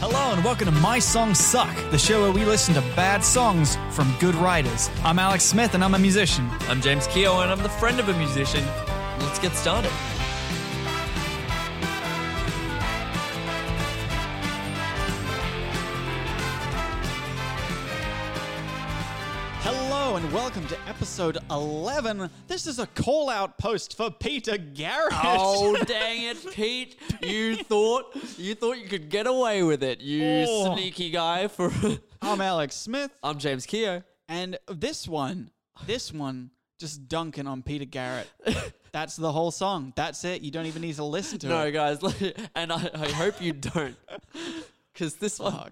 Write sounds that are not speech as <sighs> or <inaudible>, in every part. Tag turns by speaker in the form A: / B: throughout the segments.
A: Hello and welcome to My Songs Suck, the show where we listen to bad songs from good writers. I'm Alex Smith and I'm a musician.
B: I'm James Keogh, and I'm the friend of a musician. Let's get started.
A: Hello and welcome to episode 11. This is a call out post for Peter Garrett.
B: Oh dang it, Pete! You thought you thought you could get away with it, you
A: Oh.
B: sneaky guy. For
A: <laughs>
B: <laughs>
A: I'm Alex Smith.
B: I'm James Keogh.
A: And this one, this one, just dunking on Peter Garrett. That's the whole song. That's it. You don't even need to listen to
B: No,
A: it.
B: guys, <laughs> and I, I hope you don't, because this one.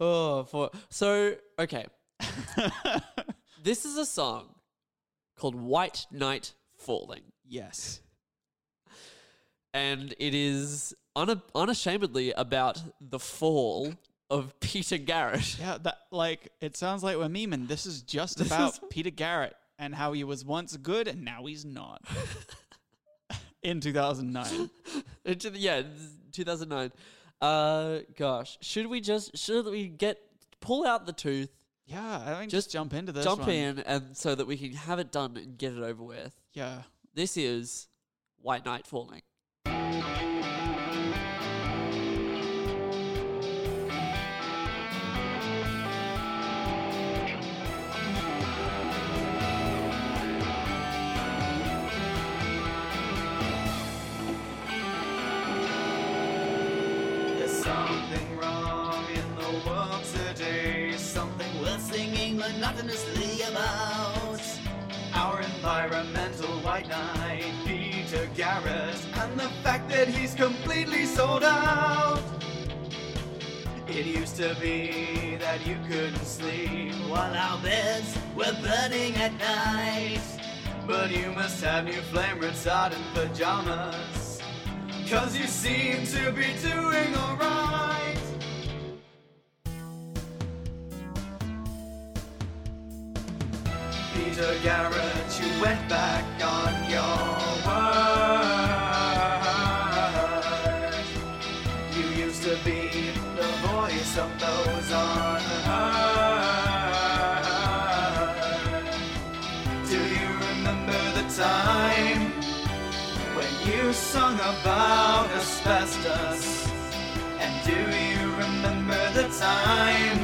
B: Oh, for so okay. this is a song called "White Night Falling."
A: Yes.
B: and it is una- unashamedly about the fall of Peter Garrett.
A: Yeah, that like it sounds like we're memeing. This is just about Peter Garrett and how he was once good and now he's not. In 2009.
B: <laughs> Into the- yeah, this is 2009. Uh, gosh, should we just should we get pull out the tooth,
A: Yeah, I think just,
B: Just
A: jump into this.
B: jump
A: one.
B: in, and so that we can have it done and get it over with.
A: Yeah.
B: This is White Night Falling.
C: There's something wrong in the world today. Something we're singing monotonously about. Our environmental white knight, Peter Garrett, and the fact that he's completely sold out. It used to be that you couldn't sleep while our beds were burning at night. But you must have new flame retardant pajamas. Cause you seem to be doing alright. Peter Garrett, you went back on your word. You used to be the voice of those unheard. Do you remember the time when you sung about asbestos? And do you remember the time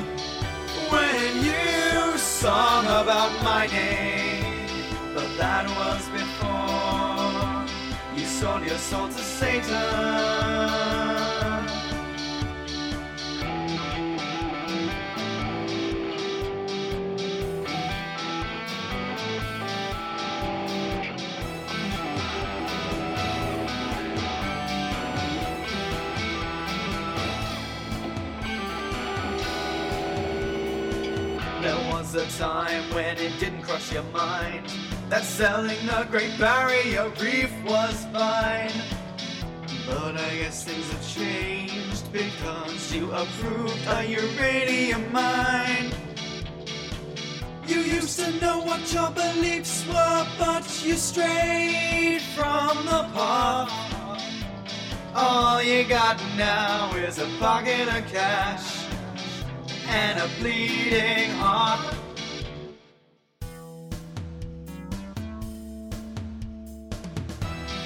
C: when you sung about my name? But that was before you sold your soul to Satan. There was a time when it didn't cross your mind that selling the Great Barrier Reef was fine. But I guess things have changed because you approved a uranium mine. You used to know what your beliefs were, but you strayed from the path. All you got now is a pocket of cash and a bleeding heart.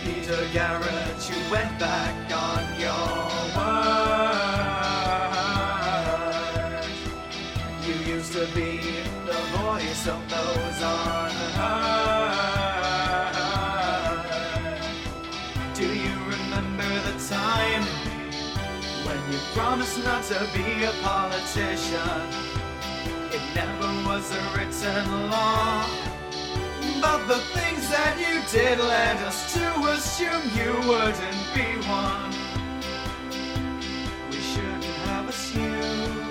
C: Peter Garrett, you went back on your word. You used to be the voice of those unheard. Do you remember the time? When you promised not to be a politician, it never was a written law. But the things that you did led us to assume you wouldn't be one. We shouldn't have assumed.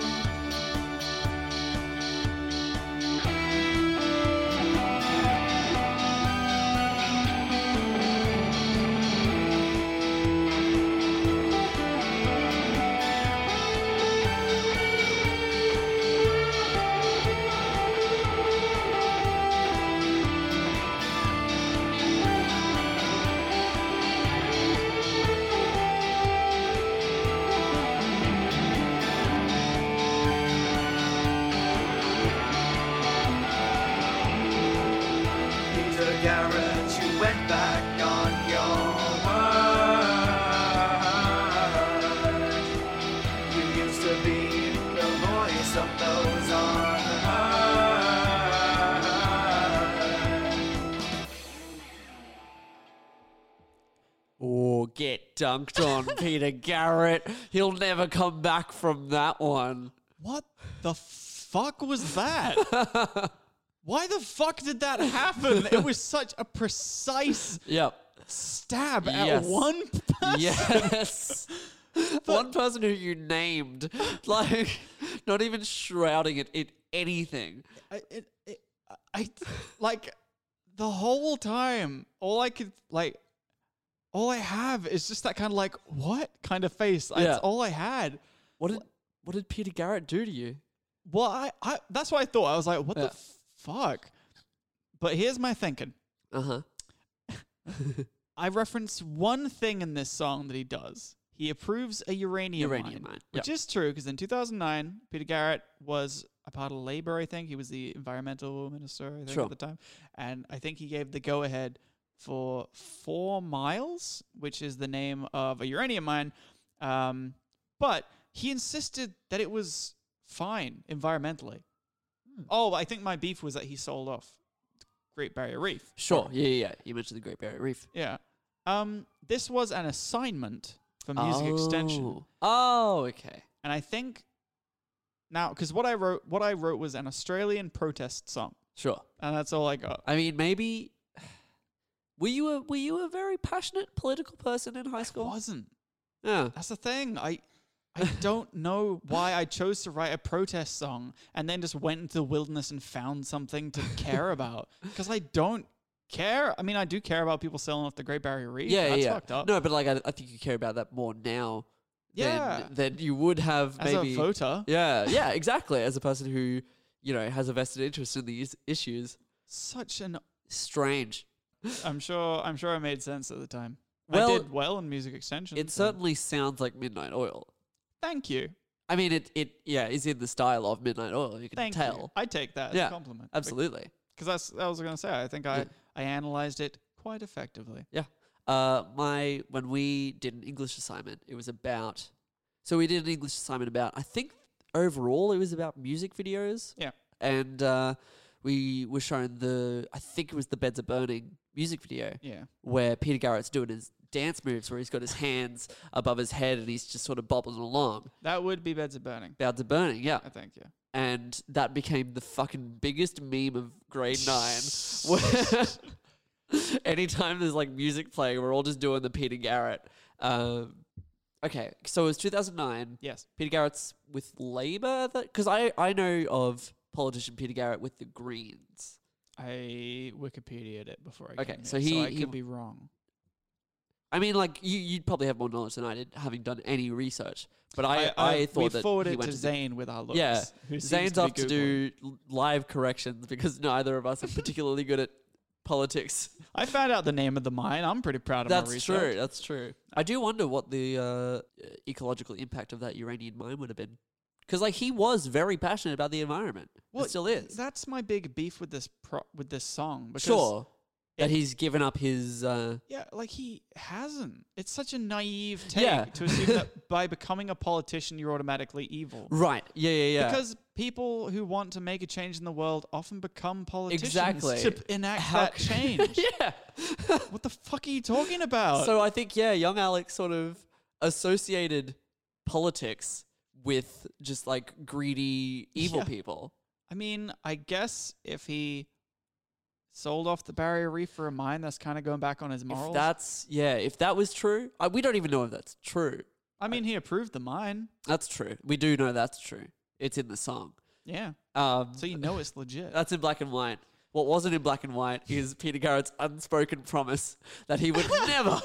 C: Peter Garrett, you went back on your word. You used to be the voice of those unheard.
B: Oh, get dunked <laughs> on, Peter Garrett. He'll never come back from that one.
A: What the fuck was that? Why the fuck did that happen? It was such a precise
B: Yep.
A: stab at
B: Yes.
A: one person.
B: Yes. <laughs> One person who you <laughs> named, like, not even shrouding it in anything.
A: <laughs> I, it, it, I like the whole time. All I could like, all I have is just that kind of like what kind of face.
B: Yeah.
A: That's all I had.
B: What did what did Peter Garrett do to you?
A: Well, I, I that's what I thought. I was like, what
B: Yeah.
A: the fuck? But here's my thinking.
B: Uh huh.
A: I reference one thing in this song that he does. He approves a uranium,
B: Uranium
A: mine,
B: mine,
A: which
B: yep.
A: is true because in 2009, Peter Garrett was a part of Labour. I think he was the environmental minister. I think
B: Sure.
A: at the time, and I think he gave the go ahead for Four Miles, which is the name of a uranium mine. Um, but he insisted that it was fine environmentally.
B: Hmm.
A: Oh, I think my beef was that he sold off Great Barrier Reef.
B: Sure. Yeah, yeah, yeah. You mentioned the Great Barrier Reef.
A: Yeah. Um, this was an assignment for music extension,
B: Oh. Oh, okay.
A: and I think now because what I wrote, what I wrote was an Australian protest song,
B: Sure.
A: and that's all I got.
B: I mean, maybe. <sighs> Were you a were you a very passionate political person in high
A: I
B: school?
A: wasn't.
B: Yeah.
A: That's the thing. I I don't <laughs> know why I chose to write a protest song and then just went into the wilderness and found something to care
B: <laughs>
A: about because I don't care. I mean, I do care about people selling off the Great Barrier Reef.
B: Yeah,
A: that's
B: yeah. yeah.
A: fucked up.
B: No, but like I, I think you care about that more now.
A: Yeah.
B: Than, than you would have
A: As a
B: maybe
A: voter. <laughs>
B: Yeah, yeah, exactly. As a person who you know has a vested interest in these issues.
A: such an.
B: Strange.
A: I'm sure. I'm sure I made sense at the time.
B: Well,
A: I did well in music extension.
B: It
A: so-
B: certainly sounds like Midnight Oil.
A: Thank you.
B: I mean, it it yeah is in the style of Midnight Oil. You can
A: Thank
B: tell.
A: you. I take that as
B: yeah,
A: a compliment.
B: Absolutely.
A: Because that's that was going to say. I think I
B: Yeah.
A: I analyzed it quite effectively.
B: Yeah. Uh, my when we did an English assignment, it was about. So we did an English assignment about. I think overall it was about music videos,
A: Yeah.
B: and uh, we were shown the. I think it was the Beds Are Burning music video
A: Yeah.
B: where Peter Garrett's doing his dance moves, where he's got his hands above his head and he's just sort of bobbing along.
A: That would be Beds of Burning.
B: Beds Are Burning, yeah
A: I think. Yeah.
B: and that became the fucking biggest meme of grade nine.
A: <laughs>
B: <laughs> where Anytime there's like music playing, we're all just doing the Peter Garrett. Um, okay, so it was 2009.
A: Yes.
B: Peter Garrett's with Labour, because I I know of politician Peter Garrett with the Greens.
A: I Wikipedia'd it before I
B: Okay,
A: came
B: so
A: here,
B: he-
A: I
B: he-
A: could be wrong.
B: I mean, like you you'd probably have more knowledge than I did, having done any research. But I I,
A: we
B: thought that
A: forwarded
B: he went
A: to
B: to the-
A: Zane with our looks.
B: Yeah,
A: <laughs> who seems
B: Zane's
A: to be
B: off to
A: Googling.
B: do l- live corrections because neither of us are particularly good at
A: <laughs>
B: politics.
A: I found out the name of the mine. I'm pretty proud of my
B: That's
A: research.
B: true. That's true. I do wonder what the uh, ecological impact of that uranium mine would have been, because like he was very passionate about the environment. Well,
A: Well,
B: still is.
A: That's my big beef with this pro- with this song. Because
B: sure that
A: it-
B: he's given up his. Uh,
A: Yeah, like he hasn't. It's such a naive take
B: Yeah.
A: to assume
B: <laughs>
A: that by becoming a politician, you're automatically evil.
B: right. Yeah. Yeah. Yeah.
A: Because people who want to make a change in the world often become politicians
B: exactly
A: to p- enact
B: How
A: that
B: c- <laughs>
A: change.
B: yeah.
A: What the fuck are you talking about?
B: So I think yeah, young Alex sort of associated politics with just like greedy evil
A: Yeah.
B: people.
A: I mean, I guess if he sold off the barrier reef for a mine. That's kind of going back on his
B: If
A: morals.
B: that's yeah, if that was true, I, we don't even know if that's true.
A: I mean, he approved the mine.
B: That's true. We do know that's true. It's in the song.
A: Yeah.
B: Um,
A: So you know it's
B: <laughs>
A: legit.
B: That's in black and white. What wasn't in black and white is Peter Garrett's unspoken promise that
A: <laughs>
B: he would never,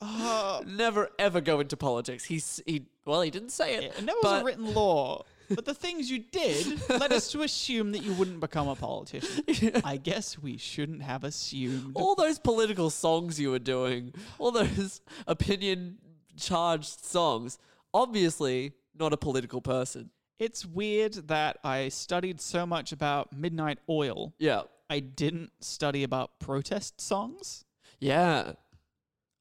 A: Oh,
B: never, ever go into politics. He, s- he well, he didn't say it.
A: And that was
B: but
A: a written law. But the things you did led us to assume that you wouldn't become a politician.
B: <laughs>
A: I guess we shouldn't have assumed.
B: all those political songs you were doing, all those <laughs> opinion charged songs, obviously not a political person.
A: It's weird that I studied so much about Midnight Oil.
B: Yeah.
A: I didn't study about protest songs.
B: Yeah.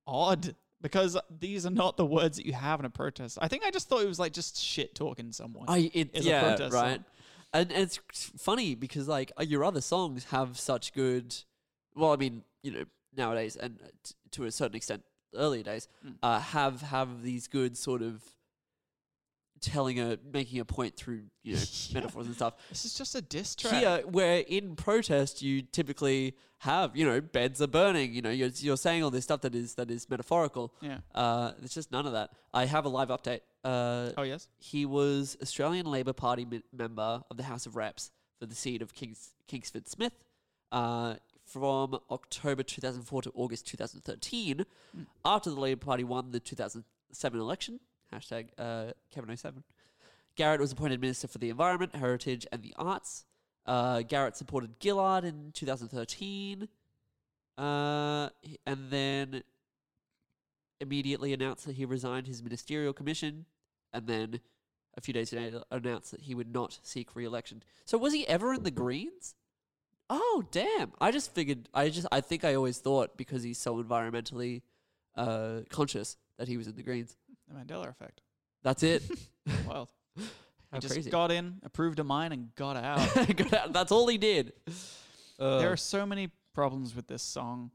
A: Odd. Because these are not the words that you have in a protest. I think I just thought it was like just shit talking someone.
B: I it,
A: is a
B: yeah
A: protest
B: right,
A: song.
B: and, and it's funny because like uh, your other songs have such good, well I mean you know nowadays and uh, t- to a certain extent earlier days
A: Hmm.
B: uh, have have these good sort of telling a making a point through you know
A: <laughs>
B: metaphors and stuff.
A: This is just a diss track.
B: Here, where in protest you typically have you know beds are burning, you know you're you're saying all this stuff that is that is metaphorical.
A: Yeah.
B: uh, it's just none of that. I have a live update. Uh,
A: Oh, yes?
B: he was Australian Labor Party mi- member of the House of Reps for the seat of Kings- Kingsford Smith uh, from October 2004 to August 2013. After the Labor Party won the 2007 election, hashtag uh, Kevin07, Garrett was appointed Minister for the Environment, Heritage, and the Arts. Uh, Garrett supported Gillard in 2013, uh, he- and then immediately announced that he resigned his ministerial commission and then a few days later announced that he would not seek re-election. So was he ever in the Greens? Oh damn! I just figured. I just I think I always thought because he's so environmentally uh, conscious that he was in the Greens.
A: The Mandela effect.
B: That's it.
A: Wild.
B: <laughs> How
A: He just
B: crazy!
A: got in, approved a mine, and got out.
B: <laughs> Got out. That's all he did. Uh,
A: There
B: Oh.
A: are so many problems with this song.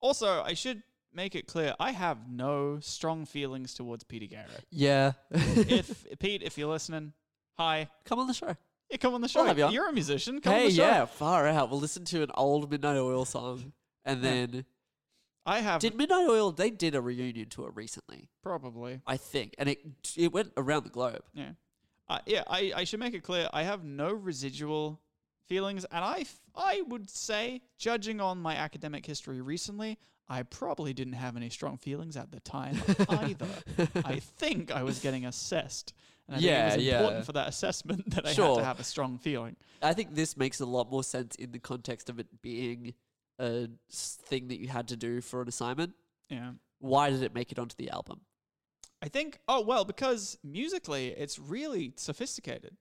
A: Also, I should make it clear I have no strong feelings towards Peter Garrett.
B: <laughs> Yeah.
A: if Pete, if you're listening, hi,
B: Come on the show.
A: yeah, come on the show.
B: Oh, have you on.
A: You're a musician. Come
B: hey,
A: on the show.
B: yeah, far out. We'll listen to an old Midnight Oil song, and then
A: I have
B: did Midnight Oil? They did a reunion tour recently,
A: probably.
B: I think, and it it went around the globe.
A: Yeah, uh, yeah. I, I should make it clear I have no residual feelings, and I f- I would say, judging on my academic history recently, I probably didn't have any strong feelings at the
B: <laughs>
A: time either. I think I was getting assessed, and I
B: Yeah,
A: think it was important
B: yeah.
A: for that assessment <laughs> that I had
B: Sure.
A: to have a strong feeling.
B: I think this makes a lot more sense in the context of it being a s- thing that you had to do for an assignment.
A: Yeah.
B: Why did it make it onto the album?
A: I think, oh, well, because musically it's really sophisticated.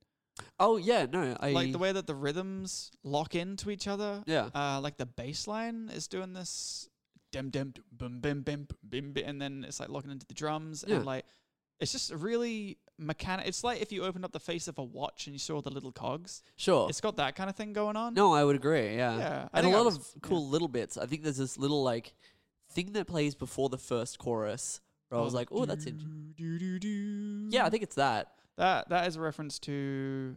B: Oh yeah, no, I
A: like the way that the rhythms lock into each other.
B: Yeah.
A: Uh, like the bass line is doing this dem dem dum, bum bim bim bim bim, and then it's like locking into the drums
B: Yeah.
A: and like it's just a really mechanic. It's like if you opened up the face of a watch and you saw the little cogs.
B: sure.
A: It's got that kind of thing going on.
B: Oh. No, I would agree. Yeah,
A: Yeah, I
B: and a
A: think I
B: lot
A: was-
B: of cool little bits. I think there's this little like thing that plays before the first chorus where I was like, oh, that's it. Yeah, I think it's that.
A: That that is a reference to.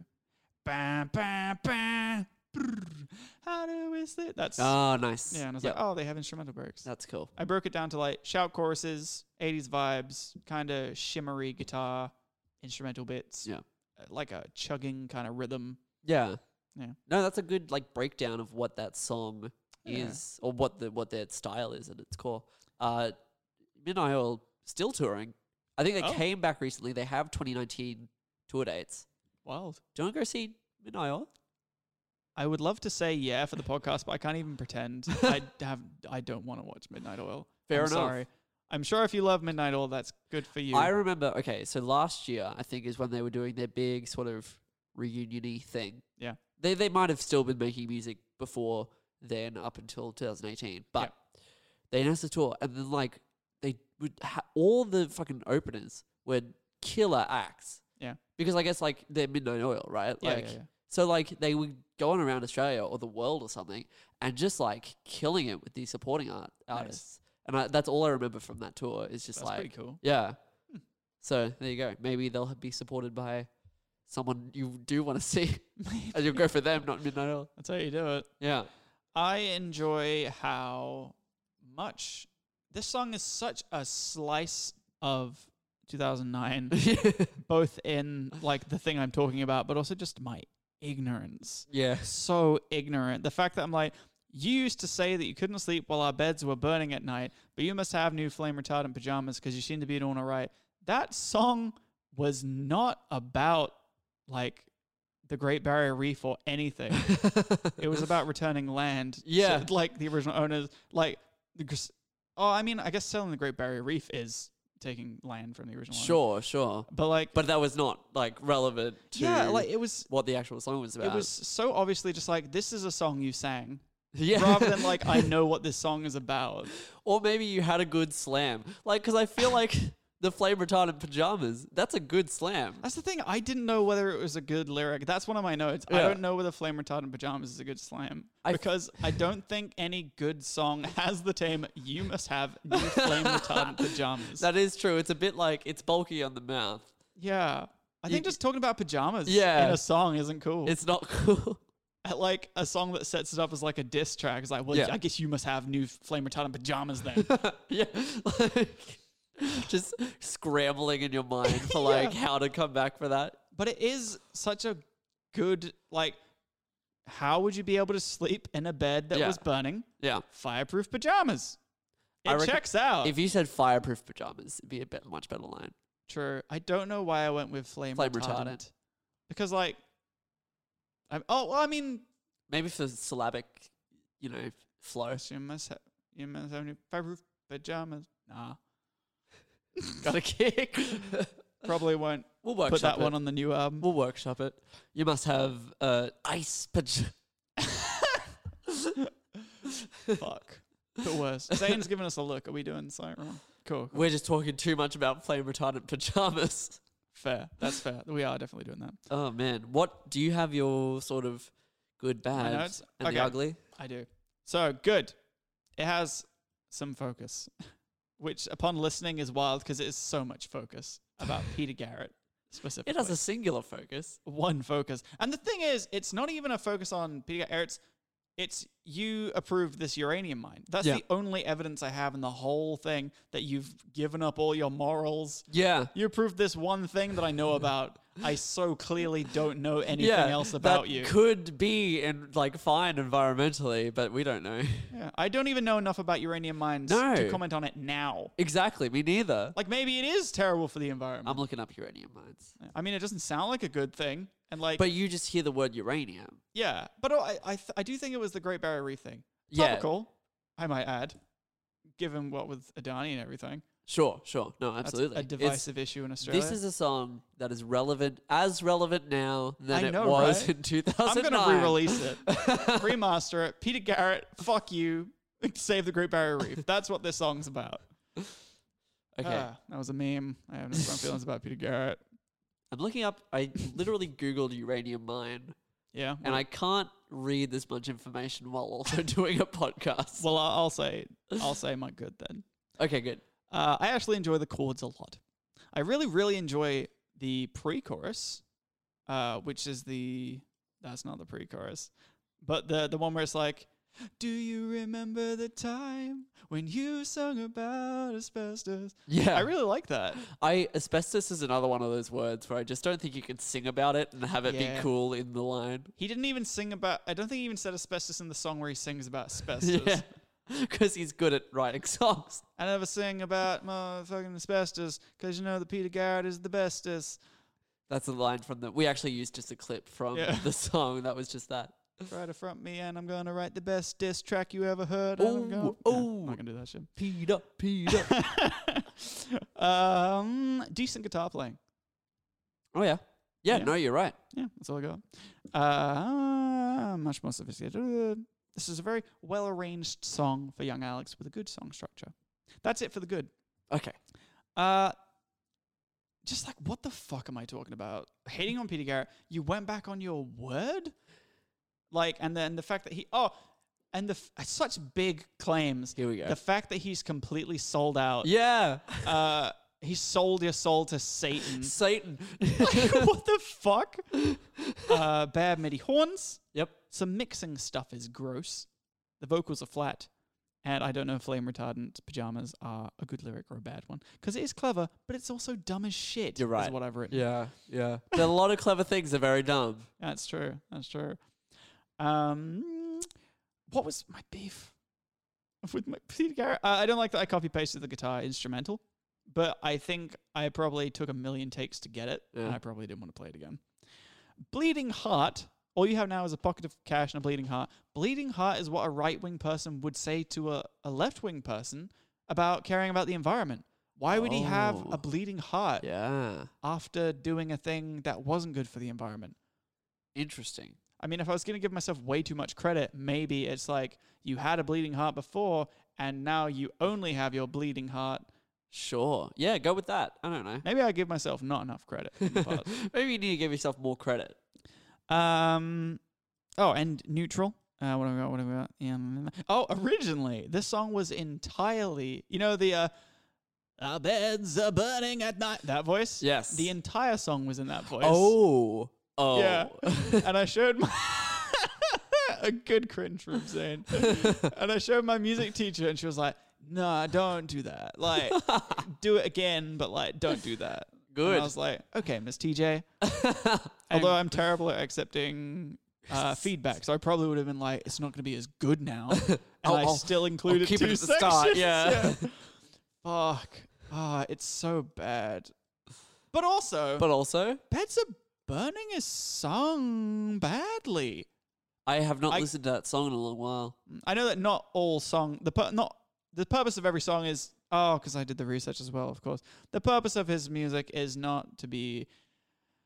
A: Bam, bam, bam. brrr, How do we sleep? That's
B: Oh, nice.
A: yeah, and I was
B: Yep,
A: like, oh, they have instrumental breaks.
B: that's cool.
A: I broke it down to like shout choruses, 80s vibes, kind of shimmery guitar, instrumental bits,
B: Yeah,
A: uh, like a chugging kind of rhythm.
B: yeah,
A: Yeah.
B: No, that's a good like breakdown of what that song
A: Yeah.
B: is or what the what their style is at its core. Uh, Midnight Oil still touring. I think they
A: Oh.
B: came back recently. They have 2019 tour dates.
A: Wild.
B: Do you want to go see Midnight Oil?
A: I would love to say yeah for the podcast, but I can't even
B: <laughs>
A: pretend. I have I don't want to watch Midnight Oil.
B: Fair
A: I'm
B: enough.
A: Sorry. I'm sure if you love Midnight Oil, that's good for you.
B: I remember. Okay, so last year I think is when they were doing their big sort of reunion thing.
A: yeah.
B: They they might have still been making music before then, up until 2018. But they announced the tour, and then like they would ha- all the fucking openers were killer acts.
A: Yeah.
B: because I guess like they're midnight oil, right?
A: Yeah, yeah,
B: like,
A: yeah.
B: So like they would go on around Australia or the world or something, and just like killing it with these supporting art artists. And I, that's all I remember from that tour is just
A: That's
B: like,
A: pretty cool. Hmm.
B: yeah. So there you go. Maybe they'll be supported by
A: <laughs>
B: someone you do want to see, and you'll go for them, not midnight oil.
A: That's how you do it.
B: Yeah. <laughs>
A: I enjoy how much this song is such a slice of
B: <laughs>
A: 2009, both in like the thing I'm talking about, but also just my ignorance.
B: yeah.
A: So ignorant. The fact that I'm like, you used to say that you couldn't sleep while our beds were burning at night, but you must have new flame retardant pajamas because you seem to be doing all right. That song was not about like the Great Barrier Reef or anything. It was
B: <laughs>
A: about returning land.
B: Yeah.
A: To, like the original owners, like, the gris- oh, I mean, I guess selling the Great Barrier Reef is taking land from the original. owners.
B: sure, sure.
A: But like,
B: But that was not like relevant to
A: yeah, like it was,
B: what the actual song was about.
A: it was so obviously just like, this is a song you sang.
B: <laughs> yeah.
A: Rather than like,
B: <laughs>
A: I know what this song is about.
B: or maybe you had a good slam. Like, because I feel like <laughs> the flame retardant pajamas. That's a good slam.
A: That's the thing. I didn't know whether it was a good lyric. That's one of my notes. I
B: Yeah.
A: don't know whether Flame Retardant Pajamas is a good slam
B: I-
A: because I don't think any good song has the tame "You must have new
B: <laughs>
A: flame retardant pajamas."
B: That is true. It's a bit like it's bulky on the mouth.
A: yeah, I think just talking about pajamas
B: Yeah.
A: in a song isn't cool. It's
B: It's not <laughs> cool.
A: like a song that sets it up as like a diss track. It's like, well,
B: Yeah.
A: I guess you must have new flame retardant pajamas
B: <laughs>
A: then.
B: yeah. Like, <laughs> just scrambling in your mind
A: <laughs>
B: for like how to come back for that.
A: but it is such a good like. How would you be able to sleep in a bed that
B: Yeah.
A: was burning?
B: Yeah.
A: Fireproof pajamas. It
B: I reckon-
A: checks out.
B: If you said fireproof pajamas, it'd be a bet much better line.
A: True. I don't know why I went with flame,
B: Flame
A: retardant.
B: retardant.
A: Because like, I'm, oh well, I mean,
B: Maybe for syllabic, you know, flow. <laughs>
A: you must have you must have new fireproof pajamas. Nah,
B: Got a kick. <laughs>
A: probably won't
B: we'll workshop
A: put that
B: it.
A: one on the new album.
B: We'll workshop it. You must have uh, ice pajamas.
A: Fuck, the worst. Zane's giving us a look. Are we doing something wrong? Cool.
B: We're just talking too much about flame retardant pajamas.
A: Fair. That's fair. We are definitely doing that.
B: Oh man, what do you have your sort of good, bad,
A: notes?
B: and
A: Okay.
B: the ugly?
A: I do. So good. It has some focus, <laughs> which upon listening is wild because it is so much focus
B: <laughs>
A: about Peter Garrett specifically.
B: It has a singular focus.
A: one focus. And the thing is, it's not even a focus on Peter Ertz. It's you approved this uranium mine. That's
B: Yeah.
A: the only evidence I have in the whole thing that you've given up all your morals.
B: Yeah,
A: You approved this one thing that I know about. I so clearly don't know anything
B: yeah.
A: else about
B: that
A: you.
B: could be and like fine environmentally, but we don't know. <laughs>
A: Yeah, I don't even know enough about uranium mines
B: No.
A: to comment on it now.
B: exactly, me neither.
A: Like maybe it is terrible for the environment.
B: I'm looking up uranium mines,
A: I mean, it doesn't sound like a good thing. And like,
B: Um, but you just hear the word uranium.
A: yeah, but oh, I I, th- I do think it was the Great Barrier Reef thing.
B: Yeah.
A: Topical, I might add, given what with Adani and everything.
B: Sure, sure. No,
A: That's
B: absolutely.
A: a
B: It's-
A: divisive issue in Australia.
B: This is a song that is relevant, as relevant now than
A: I know,
B: it was
A: right?
B: in
A: I'm
B: 2009.
A: going to re-release
B: <laughs>
A: it, remaster it. Peter Garrett, fuck you. <laughs> Save the Great Barrier Reef. That's what this song's about.
B: Okay,
A: Ah, that was a meme. I have no strong feelings about Peter Garrett.
B: I'm looking up. <laughs> I literally googled uranium mine,
A: Yeah.
B: and I can't read this much information while also <laughs> doing a podcast.
A: well, I'll I'll say I'll say my good then.
B: okay, good.
A: Uh, I actually enjoy the chords a lot. I really, really enjoy the pre-chorus, uh, which is the that's not the pre-chorus, but the the one where it's like, "Do you remember the time when you sung about asbestos?"
B: Yeah,
A: I really like that.
B: I asbestos is another one of those words where I just don't think you can sing about it and have it
A: Yeah.
B: be cool in the line. <laughs>
A: He didn't even sing about. I don't think he even said asbestos in the song where he sings about asbestos.
B: <laughs> Yeah, because he's good at writing <laughs> songs.
A: I never sing about motherfucking asbestos because you know the Peter Garrett is the bestest.
B: That's a line from the. We actually used just a clip from
A: Yeah.
B: the song. That was just that.
A: Try to front me, and I'm gonna write the best diss track you ever heard. and I'm
B: Ooh,
A: gonna,
B: ooh.
A: I'm not gonna do that shit. <laughs>
B: Peter, Peter.
A: um, decent guitar playing.
B: <laughs> oh yeah. yeah,
A: Yeah.
B: No, you're right.
A: Yeah, that's all I got. Uh, much more sophisticated. This is a very well arranged song for young Alex with a good song structure. That's it for the good.
B: Okay.
A: Uh, just like what the fuck am I talking about? Hating on Peter Garrett. You went back on your word, like, and then the fact that he oh, and the f- such big claims.
B: Here we go.
A: The fact that he's completely sold out.
B: Yeah.
A: Uh, he sold your soul to Satan. <laughs>
B: <laughs> <laughs> Satan.
A: what the fuck? Uh, bad MIDI horns.
B: yep.
A: Some mixing stuff is gross. The vocals are flat, and I don't know if flame retardant pajamas are a good lyric or a bad one because it is clever, but it's also dumb as shit.
B: You're
A: Is
B: right.
A: what I've written.
B: Yeah, yeah. There are a lot of clever things that are very dumb.
A: That's true. That's true. Um, what was my beef with my <laughs> Peter Garrett? Uh, I don't like that I copy pasted the guitar instrumental, but I think I probably took a million takes to get it, and
B: Yeah.
A: I probably didn't want to play it again. Bleeding Heart. All you have now is a pocket of cash and a bleeding heart. Bleeding heart is what a right wing person would say to a, a left wing person about caring about the environment. Why would he have
B: Oh.
A: a bleeding heart
B: Yeah.
A: after doing a thing that wasn't good for the environment?
B: Interesting.
A: I mean, if I was going to give myself way too much credit, maybe it's like you had a bleeding heart before and now you only have your bleeding heart.
B: Sure. Yeah, go with that. I don't know.
A: Maybe I give myself not enough credit. in the
B: <laughs>
A: past.
B: Maybe you need to give yourself more credit.
A: um, oh, and neutral. Uh, what have we got? What have we got? Yeah. mm, mm. Oh, originally, this song was entirely, you know, the uh, Our beds are burning at night. That voice?
B: Yes.
A: The entire song was in that voice.
B: Oh. Oh.
A: Yeah. and I showed
B: <laughs>
A: my <laughs> a good cringe from Zane. and I showed my music teacher and she was like, Nah, don't do that.
B: <laughs>
A: Like do it again, but like don't do that.
B: Good.
A: And I was like, okay, Miss
B: <laughs>
A: TJ. Although I'm terrible at accepting
B: <laughs>
A: uh, feedback, so I probably would have been like, it's not going to be as good now. And
B: I'll-
A: I
B: I'll-
A: still included
B: keep it
A: two
B: at the start,
A: sections. <laughs>
B: yeah.
A: yeah. Fuck. Ah, it's so bad. But also,
B: <laughs> But also,
A: Beds of Burning is sung badly.
B: I have not
A: I-
B: listened to that song in a long while.
A: I know that not all song the pur- not the purpose of every song is oh because I did the research as well of course. The purpose of his music is not to be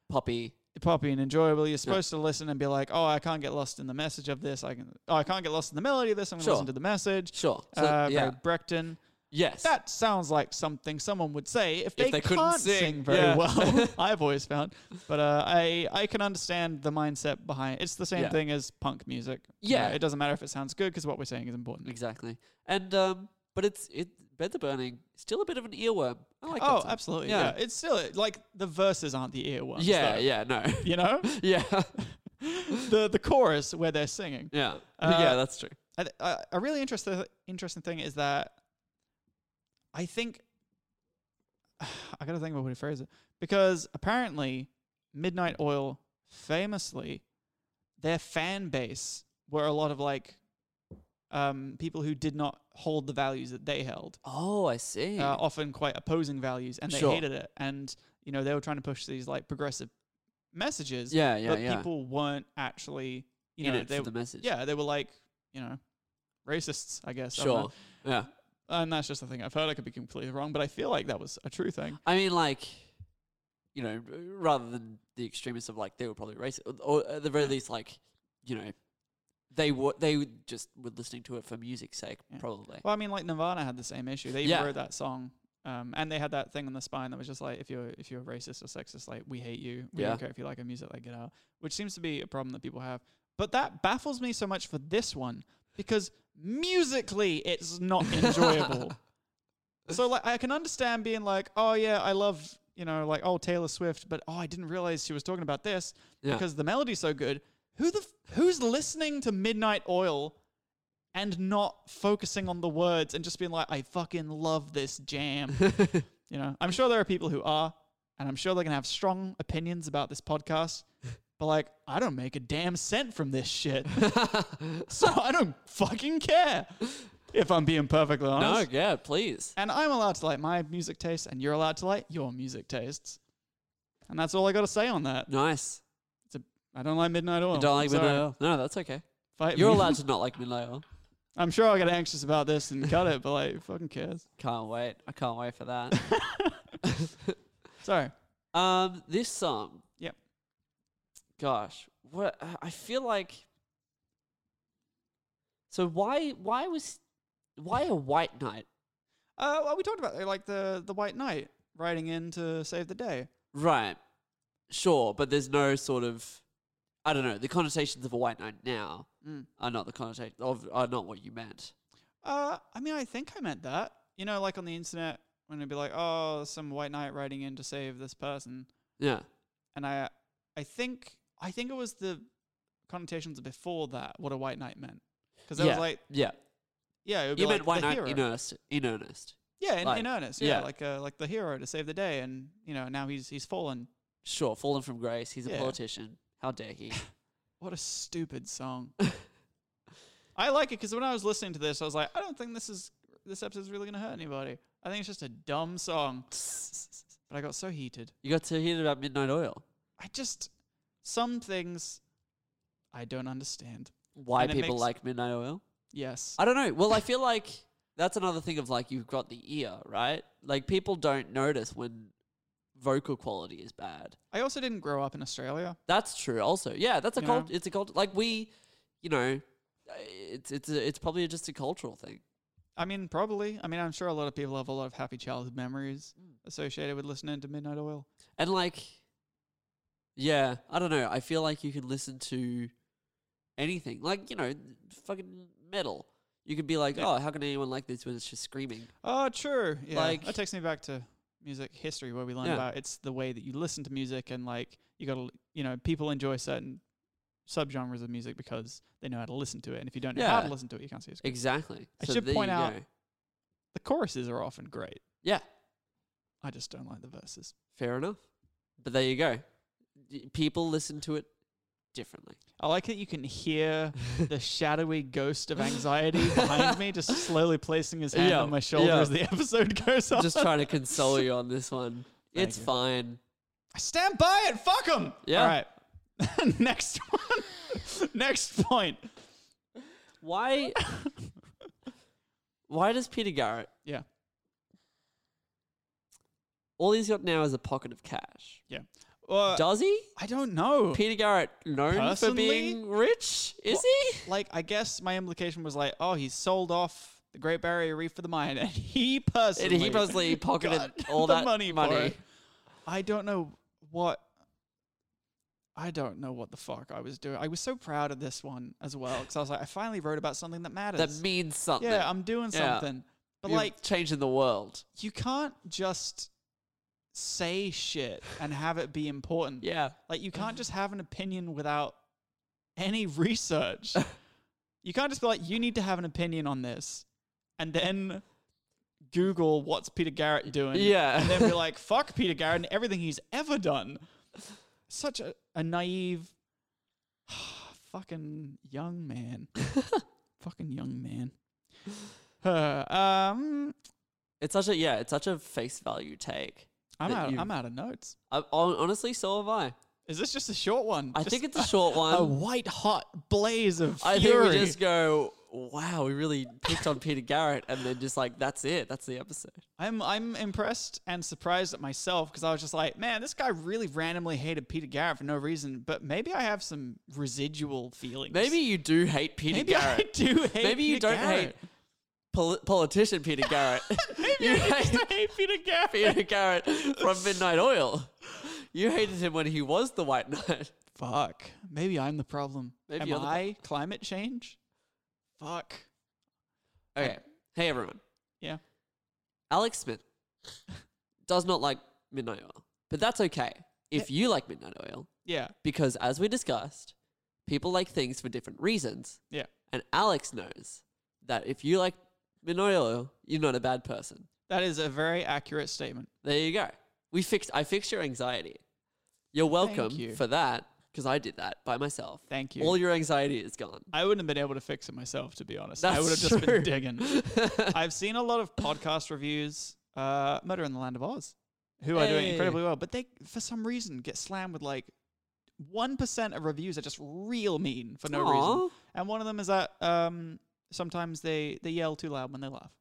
B: Poppy.
A: poppy and enjoyable. You're supposed to listen and be like oh I can't get lost in the message of this. I can oh I can't get lost in the melody of this. I'm gonna
B: Sure.
A: listen to the message.
B: Sure. So,
A: uh,
B: yeah.
A: yeah. Breckton.
B: Yes.
A: That sounds like something someone would say if they,
B: they couldn't
A: can't
B: sing,
A: sing, very
B: yeah. <laughs>
A: well. <laughs> I've always found, but uh, I I can understand the mindset behind. It's the same
B: Yeah.
A: thing as punk music. You
B: Yeah.
A: know, it doesn't matter if it sounds good because what we're saying is important.
B: Exactly. And um, but it's it bed the burning still a bit of an earworm. I like. that
A: oh,
B: song.
A: absolutely. Yeah.
B: Yeah.
A: it's still like the verses aren't the earworms.
B: Yeah.
A: though,
B: Yeah. No. <laughs>
A: you know
B: yeah. <laughs>
A: the the chorus where they're singing.
B: Yeah.
A: Uh,
B: yeah. That's true.
A: I th- I- a really interesting interesting thing is that I think <sighs> I gotta think about how to phrase it because apparently Midnight Oil famously their fan base were a lot of like um, people who did not hold the values that they held,
B: Oh, I see.
A: uh, often quite opposing values, and they
B: Sure.
A: hated it. And you know they were trying to push these like progressive messages,
B: Yeah, yeah,
A: but
B: yeah.
A: people weren't actually you
B: In
A: know
B: it
A: they
B: for the message.
A: yeah, they were like, you know, racists, I guess. I don't know.
B: Sure. Yeah.
A: And that's just a thing I've heard. I could be completely wrong, but I feel like that was a true
B: <sighs>
A: thing.
B: I mean, like, you know, r- rather than the extremists of like they were probably racist, or at the very least, like, you know, they were they would just were listening to it for music's sake, probably.
A: Well, I mean, like Nirvana had the same issue. They even
B: Yeah.
A: wrote that song. Um, and they had that thing on the spine that was just like, if you're if you're racist or sexist, like we hate you. We
B: Yeah.
A: don't care if you like our music, like get out. Which seems to be a problem that people have. But that baffles me so much for this one because musically it's
B: <laughs>
A: not enjoyable. so like I can understand being like, oh yeah, I love you know like oh Taylor Swift, but oh I didn't realize she was talking about this
B: Yeah.
A: because the melody's so good. Who the f- who's listening to Midnight Oil and not focusing on the words and just being like, I fucking love this
B: <laughs>
A: jam. you know, I'm sure there are people who are, and I'm sure they're gonna have strong opinions about this podcast. But like, I don't make a damn cent from this
B: <laughs>
A: shit, so I don't fucking care. If I'm being perfectly honest,
B: no, yeah, please.
A: and I'm allowed to like my music tastes, and you're allowed to like your music tastes. And that's all I got to say on that.
B: Nice.
A: It's a, I don't like Midnight Oil.
B: You don't like
A: Oh, Sorry.
B: midnight oil? No, that's okay.
A: Fight
B: You're
A: me.
B: allowed to not like midnight oil.
A: <laughs> I'm sure I'll get anxious about this and cut it, but like, who fucking cares?
B: Can't wait. I can't wait for that.
A: Sorry.
B: um, this song,
A: Yep.
B: gosh, what I- I feel like. So why why was why a white knight?
A: Uh, well, we talked about like the the White Knight riding in to save the day.
B: Right. Sure, but there's no sort of I don't know, the connotations of a white knight now are not the connotation of are not what you meant.
A: Uh, I mean, I think I meant that. You know, like on the internet when it'd be like, oh, some White Knight riding in to save this person,
B: Yeah.
A: and I, I think, I think it was the connotations before that what a White Knight meant. because I
B: yeah.
A: was like,
B: yeah.
A: yeah, it would be
B: You
A: like
B: meant why
A: the
B: not
A: hero.
B: in earnest? In earnest.
A: Yeah, in, in
B: Like,
A: earnest. Yeah,
B: yeah.
A: like uh, like the hero to save the day, and you know now he's he's fallen.
B: Sure, fallen from grace. He's a
A: Yeah.
B: politician. How dare he?
A: What a stupid
B: <laughs>
A: song. I like it because when I was listening to this, I was like, I don't think this is this episode's really gonna hurt anybody. I think it's just a dumb song. But I got so heated.
B: you got to hear about Midnight Oil.
A: I just some things I don't understand.
B: Why
A: And it
B: people
A: makes-
B: like Midnight Oil?
A: Yes.
B: I don't know. Well, I feel like that's another thing of like you've got the ear, right? Like people don't notice when vocal quality is bad.
A: I also didn't grow up in Australia.
B: That's true. Also, yeah, that's a
A: You
B: cult.
A: know?
B: It's a cult. Like we, you know, uh, it's it's a, it's probably just a cultural thing.
A: I mean, probably. I mean, I'm sure a lot of people have a lot of happy childhood memories
B: Hmm.
A: associated with listening to Midnight Oil.
B: And like, yeah, I don't know. I feel like you can listen to anything. Like you know, fucking metal. You could be like,
A: Yeah.
B: oh, how can anyone like this when it's just screaming?
A: Oh, true. Yeah.
B: Like-
A: that takes me back to music history where we learn
B: Yeah.
A: about it's the way that you listen to music and like you got to you know people enjoy certain subgenres of music because they know how to listen to it and if you don't know how to
B: Yeah.
A: listen to it you can't see it.
B: Exactly.
A: I should
B: there
A: point
B: you
A: out-
B: go.
A: The choruses are often great.
B: Yeah,
A: I just don't like the verses.
B: fair enough. But there you go. Y- People listen to it differently.
A: I like that you can hear
B: <laughs>
A: the shadowy ghost of anxiety behind me just slowly placing his hand
B: Yeah,
A: on my shoulder
B: yeah.
A: as the <laughs> episode goes on.
B: just trying to console you on this <laughs> one.
A: Thank
B: it's
A: you.
B: fine.
A: I stand by it. Fuck him.
B: Yeah.
A: All right. <laughs> Next one. <laughs> Next point.
B: Why? <laughs> why does Peter Garrett
A: Yeah.
B: all he's got now is a pocket of cash?
A: Yeah. Well,
B: does he?
A: I don't know.
B: Peter Garrett known for
A: Uh, Personally?
B: being rich? Is he?
A: Like, I guess my implication was like, oh, he's sold off the Great Barrier Reef for the mine, and he personally,
B: And
A: <laughs>
B: he personally pocketed
A: got
B: all
A: the
B: that
A: money.
B: money.
A: for it. I don't know what. I don't know what the fuck I was doing. I was so proud of this one as well because I was like, I finally wrote about something that matters.
B: That means something.
A: yeah, I'm doing
B: Yeah.
A: something. But
B: You're
A: like,
B: changing the world.
A: you can't just say shit and have it be important.
B: Yeah.
A: Like you can't just have an opinion without any
B: <laughs>
A: research. you can't just be like, you need to have an opinion on this, and then Google what's Peter Garrett doing.
B: Yeah.
A: And then be
B: <laughs>
A: like, fuck Peter Garrett and everything he's ever done. Such a, a naive <sighs> fucking young
B: <laughs>
A: man. fucking young man. Uh, um
B: It's such a yeah. It's such a face value take.
A: I'm
B: that
A: out
B: you-
A: I'm out of notes.
B: I, hon- honestly, so have I.
A: Is this just a short one?
B: I
A: Just
B: think it's a short one.
A: <laughs> a white hot blaze of fury.
B: I think we just go, wow, we really picked on Peter Garrett, and then just like that's it, that's the episode.
A: I'm I'm impressed and surprised at myself because I was just like, man, this guy really randomly hated Peter Garrett for no reason. But maybe I have some residual feelings.
B: Maybe you do hate Peter
A: maybe
B: Garrett.
A: I <laughs> do hate.
B: Maybe you
A: Peter
B: don't
A: Garrett.
B: hate poli- politician <laughs> Peter Garrett.
A: <laughs> Maybe
B: you
A: I
B: hate
A: just hate Peter Garrett.
B: <laughs> Peter Garrett from Midnight Oil. You hated him when he was the White Knight. <laughs>
A: Fuck. Maybe I'm the problem.
B: Maybe
A: Am
B: you're the pro-
A: I climate change? Fuck.
B: Okay, hey everyone.
A: Yeah.
B: Alex Smith does not like Midnight Oil, but that's okay if you like Midnight Oil
A: Yeah.
B: because, as we discussed, people like things for different reasons.
A: Yeah.
B: And Alex knows that if you like midnight oil, you're not a bad person.
A: That is a very accurate statement.
B: There you go. We fixed. I fixed your anxiety. You're welcome
A: you.
B: for that because I did that by myself.
A: Thank you.
B: All your anxiety is gone.
A: I wouldn't have been able to fix it myself, to be honest. I
B: That's
A: would have just
B: true.
A: been digging.
B: <laughs>
A: I've seen a lot of podcast reviews, uh, Murder in the Land of Oz, who are doing
B: Hey.
A: incredibly well, but they, for some reason, get slammed with like 1% of reviews are just real mean for no
B: Aw.
A: reason. And one of them is that um, sometimes they, they yell too loud when they laugh.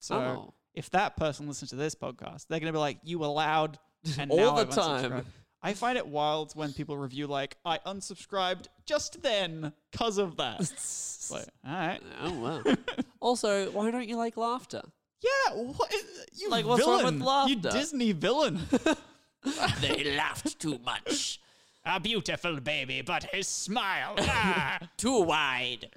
A: So
B: Oh.
A: if that person listens to this podcast, they're going to be like, you were
B: <laughs>
A: loud. And
B: All
A: now
B: the
A: I've
B: time.
A: unsubscribed." I find it wild when people review like, I unsubscribed just then because of that.
B: <laughs>
A: It's like, all right.
B: Oh well.
A: <laughs>
B: also, why don't you like laughter?
A: Yeah, what is, you
B: Like, what's wrong with
A: villain. You
B: laughter?
A: Disney villain.
B: <laughs>
A: <laughs>
B: they laughed too much,
A: A beautiful baby, but his smile.
B: too
A: <laughs>
B: wide.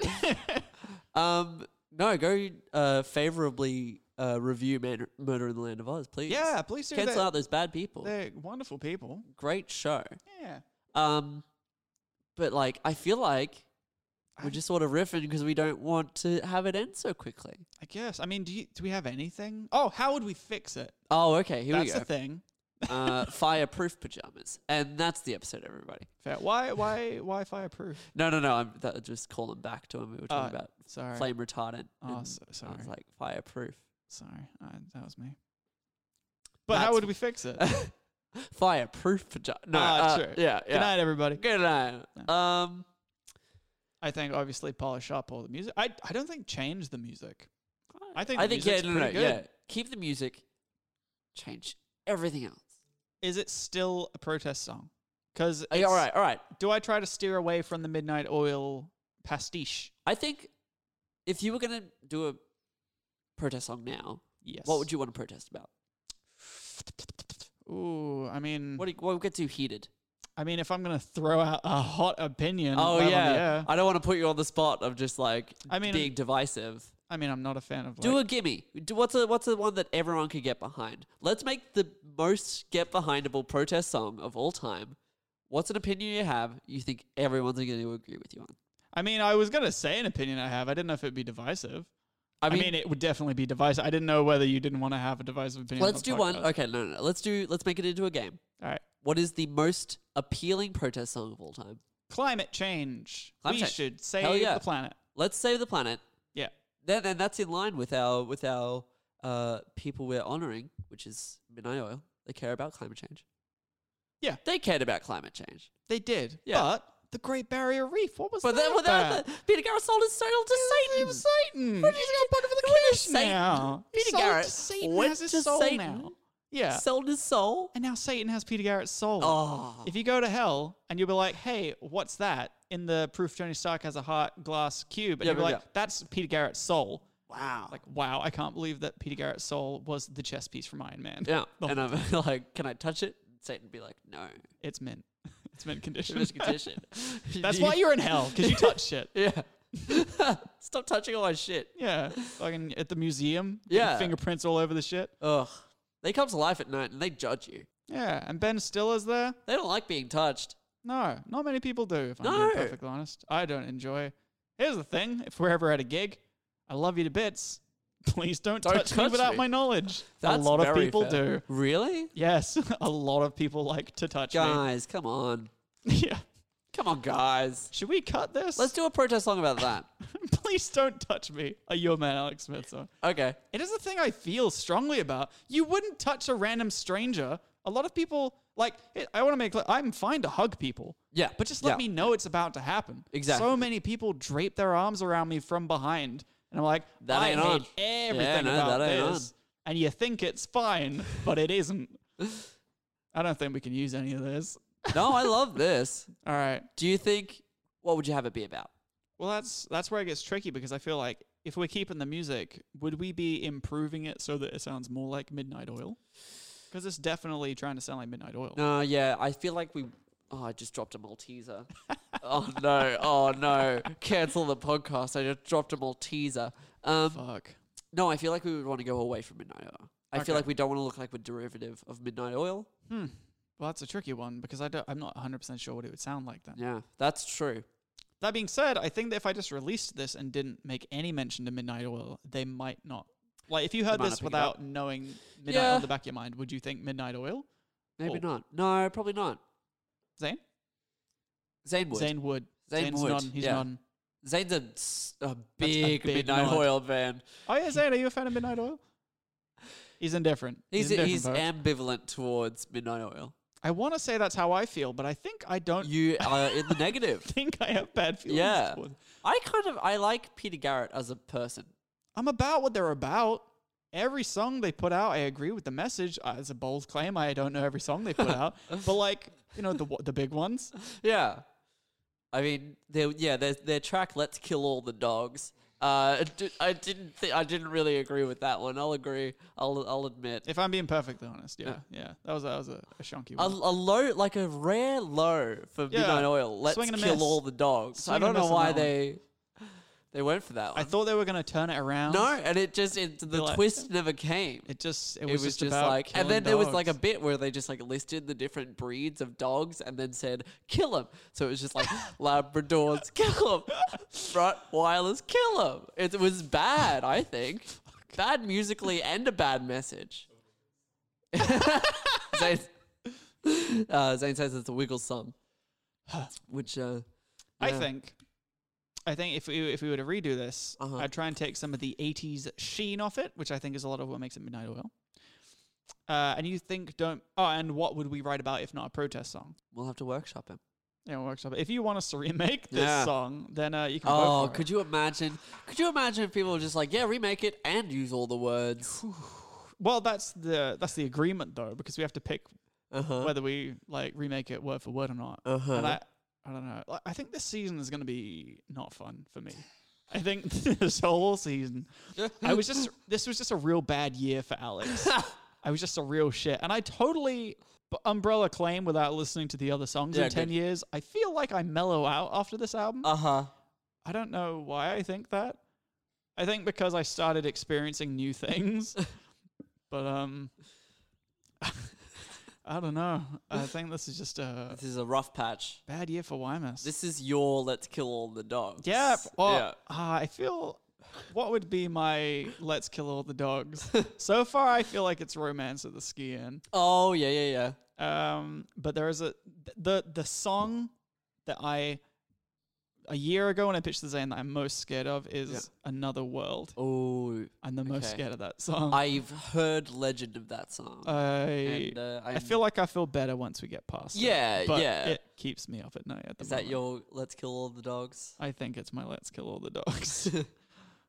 B: um, no, go uh, favorably uh, review Man- Murder in the Land of Oz, please.
A: Yeah, please do.
B: Cancel
A: They're-
B: out those bad people.
A: They're wonderful people.
B: Great show.
A: Yeah.
B: Um, but like I feel like We're just sort of riffing because we don't want to have it end so quickly.
A: I guess. I mean, do you, do we have anything? Oh, how would we fix it?
B: Oh, okay. Here
A: That's
B: we go.
A: the thing. <laughs>
B: uh, fireproof pajamas, and that's the episode, everybody.
A: Fair. Why why why fireproof?
B: No, no, no. I'm that, just calling back to when we were talking
A: Oh,
B: about
A: sorry.
B: flame retardant.
A: Oh,
B: and
A: so-
B: I was
A: sorry.
B: like fireproof,
A: Sorry, I, that was me. But how
B: That's-
A: would we fix
B: <laughs>
A: it?
B: fireproof pajamas. No,
A: Ah,
B: uh,
A: true.
B: yeah, yeah.
A: Good night, everybody.
B: Good night. Um,
A: I think obviously polish up all the music. I I don't think change the music. I think
B: I
A: the
B: think yeah,
A: music's
B: no, no,
A: pretty
B: yeah.
A: good.
B: Keep the music, change everything else.
A: Is it still a protest song? Because
B: Okay, all right, all right.
A: Do I try to steer away from the midnight oil pastiche?
B: I think if you were gonna do a protest song now,
A: Yes.
B: what would you want to protest about?
A: you? Ooh, I mean,
B: What do you, what would get too heated?
A: I mean, if I'm gonna throw out a hot opinion,
B: Oh
A: live on the
B: yeah,
A: air-
B: I don't want to put you on the spot of just like
A: I mean,
B: being divisive.
A: I mean, I'm not a fan of like,
B: Do a gimme. Do what's a what's the one that everyone could get behind? Let's make the most get behindable protest song of all time. What's an opinion you have you think everyone's going to agree with you on?
A: I mean, I was gonna say an opinion I have. I didn't know if it'd be divisive. I mean, it would definitely be divisive. I didn't know whether you didn't want to have a divisive opinion. on
B: let's
A: the
B: do one.
A: podcast.
B: Okay, no, no, no. Let's do. Let's make it into a game.
A: All right.
B: What is the most appealing protest song of all time?
A: Climate change.
B: Climate
A: we
B: change.
A: should
B: Hell
A: save
B: yeah.
A: the planet.
B: Let's save the planet.
A: Yeah.
B: Then, and that's in line with our with our uh, people we're honoring, which is Midnight Oil. They care about climate change.
A: Yeah.
B: They cared about climate change.
A: They did.
B: Yeah.
A: But the Great Barrier Reef, what was
B: But
A: that?
B: then without the, Peter Garrett sold his soul to Satan.
A: Satan. Satan.
B: But
A: He's
B: you-
A: got a pocket for the
B: who is
A: cash
B: Satan?
A: now.
B: Peter
A: Sold to
B: Garrett
A: Satan
B: went
A: has his
B: to
A: soul
B: Satan,
A: now. Yeah.
B: <laughs> Sold his soul.
A: and now Satan has Peter Garrett's soul.
B: Oh,
A: If you go to hell and you'll be like, hey, what's that? In the proof Tony Stark has a heart glass cube. And
B: Yeah,
A: you'll be
B: but
A: like,
B: yeah.
A: that's Peter Garrett's soul.
B: wow.
A: Like, wow, I can't believe that Peter Garrett's soul was the chess piece from Iron Man. <laughs>
B: yeah. And I'm <laughs> like, can I touch it? Satan would be like, no. <laughs>
A: It's mint. <laughs> It's mint
B: It's
A: condition. <laughs>
B: miscondition.
A: That's why you're in hell, because you touch shit.
B: <laughs> Yeah. <laughs> Stop touching all my shit.
A: Yeah. Fucking at the museum. getting
B: Yeah.
A: Fingerprints all over the shit.
B: Ugh. They come to life at night and they judge you.
A: Yeah. And Ben Stiller's there.
B: They don't like being touched.
A: No, not many people do, if I'm being
B: No.
A: perfectly honest. I don't enjoy. Here's the thing if we're ever at a gig, I love you to bits. <laughs> Please don't,
B: Don't
A: touch, me
B: touch
A: without
B: me.
A: my knowledge.
B: That's
A: a lot of
B: very
A: people
B: fair.
A: do.
B: Really?
A: Yes, <laughs> a lot of people like to touch
B: Guys, come on.
A: me. <laughs> Yeah.
B: Come on, guys.
A: Should we cut this?
B: Let's do a protest song about that.
A: <laughs> Please don't touch me. A your man, Alex Smith song.
B: okay.
A: It is the thing I feel strongly about. You wouldn't touch a random stranger. A lot of people like. It, I want to make. clear, I'm fine to hug people.
B: Yeah,
A: but just let
B: yeah.
A: me know it's about to happen.
B: Exactly.
A: So many people drape their arms around me from behind, and I'm like,
B: That
A: I
B: ain't
A: hate
B: on.
A: everything
B: Yeah, no,
A: about
B: that ain't
A: this. And you think it's fine, but it isn't.
B: <laughs>
A: I don't think we can use any of this.
B: No, I love this.
A: All right.
B: Do you think what would you have it be about?
A: Well, that's that's where it gets tricky because I feel like if we're keeping the music, would we be improving it so that it sounds more like Midnight Oil? Because it's definitely trying to sound like Midnight Oil.
B: No, yeah, I feel like we. Oh, I just dropped
A: <laughs>
B: a Malteser. oh no! Oh no! Cancel the podcast. I just dropped a Malteser. Um,
A: Fuck.
B: no, I feel like we would want to go away from Midnight Oil. I
A: Okay.
B: feel like we don't want to look like we're derivative of Midnight Oil.
A: Well, that's a tricky one because I don't, I'm not 100% sure what it would sound like then.
B: Yeah, that's true.
A: That being said, I think that if I just released this and didn't make any mention to Midnight Oil, they might not. Like, if you heard
B: might not
A: this
B: pick it up.
A: without knowing Midnight
B: Yeah.
A: on the back of your mind, would you think Midnight Oil?
B: Maybe
A: Oh.
B: not. No, probably not.
A: Zane?
B: Zane would.
A: Zane would.
B: Zane
A: Zane's
B: would,
A: nodding. He's
B: yeah. <laughs>
A: nodding.
B: Zane's a, s- a big,
A: big
B: Midnight
A: nod.
B: Oil fan.
A: Oh, yeah, Zane, are you a fan of Midnight Oil? He's indifferent.
B: He's he's,
A: indifferent, folks.
B: ambivalent towards Midnight Oil.
A: I want to say that's how I feel, but I think I don't
B: You are in the negative.
A: <laughs> think I have bad feelings.
B: Yeah,
A: towards-
B: I kind of I like Peter Garrett as a person.
A: I'm about what they're about. Every song they put out, I agree with the message. Uh, It's a bold claim. I don't know every song they put
B: <laughs>
A: out, but like you know the w- the big ones.
B: Yeah. I mean, their yeah, their their track "Let's Kill All the Dogs." Uh, I di- I didn't thi- I didn't really agree with that one. I'll agree. I'll I'll admit
A: If I'm being perfectly honest, yeah, yeah, that was that was a, a shonky
B: a, a
A: one.
B: low like a rare low for
A: Yeah.
B: Midnight Oil. Let's
A: Swing and a
B: kill
A: miss.
B: all the dogs.
A: Swing
B: I
A: and a
B: don't know
A: miss on
B: why
A: that one.
B: they They went for that one.
A: I thought they were going to turn it around.
B: no, and it just it, the
A: They're like-
B: twist never came.
A: It just it
B: It
A: was,
B: was just,
A: about
B: like, and
A: killing
B: then there was like a
A: dogs.
B: bit where they just like listed the different breeds of dogs and then said kill them. So it was
A: <laughs>
B: just like Labradors kill them, Rottweilers kill them. It was bad, I think, bad musically and a bad message.
A: <laughs>
B: Zane, uh, Zane says it's a wiggle sum, which uh,
A: I
B: yeah.
A: think, I think if we if we were to redo this,
B: Uh-huh.
A: I'd try and take some of the '80s sheen off it, which I think is a lot of what makes it Midnight Oil. Uh, and you think don't? Oh, and what would we write about if not a protest song?
B: we'll have to workshop him.
A: Yeah, workshop. If you want us to <laughs> remake this
B: Yeah.
A: song, then uh, you can. vote
B: Oh,
A: for it.
B: could you imagine? Could you imagine if people were just like, yeah, remake it and use all the words?
A: Well, that's the that's the agreement though, because we have to pick
B: Uh huh.
A: whether we like remake it word for word or not.
B: Uh-huh.
A: And I, I don't know. Like, I think this season is going to be not fun for me. I think <laughs> this whole season, I was
B: <laughs>
A: just this was just a real bad year for Alex. I was just a real shit, and I totally b- umbrella claim without listening to the other songs
B: Yeah,
A: in ten
B: good.
A: years. I feel like I mellow out after this album.
B: Uh huh.
A: I don't know why I think that. I think because I started experiencing new
B: <laughs>
A: things. but um I don't know. I think this is just a
B: This is a rough patch.
A: bad year for Wymus.
B: This is your let's kill all the dogs.
A: yeah, well,
B: yeah.
A: ah, I feel what would be my let's kill all the
B: <laughs>
A: dogs? so far I feel like it's romance at the ski inn.
B: Oh yeah, yeah, yeah.
A: Um, but there is a th- the the song that I a year ago when I pitched the Zane that I'm most scared of is Another World.
B: Oh,
A: I'm the most
B: Okay.
A: scared of that song. I
B: I've heard legend of that song. and, uh,
A: I
B: I'm-
A: feel like I feel better once we get past. it,
B: Yeah,
A: but
B: yeah.
A: It keeps me up at night. At the
B: is that
A: moment.
B: your let's kill all
A: <laughs>
B: the dogs? <laughs>
A: I think it's my "Let's Kill All the Dogs."
B: <laughs>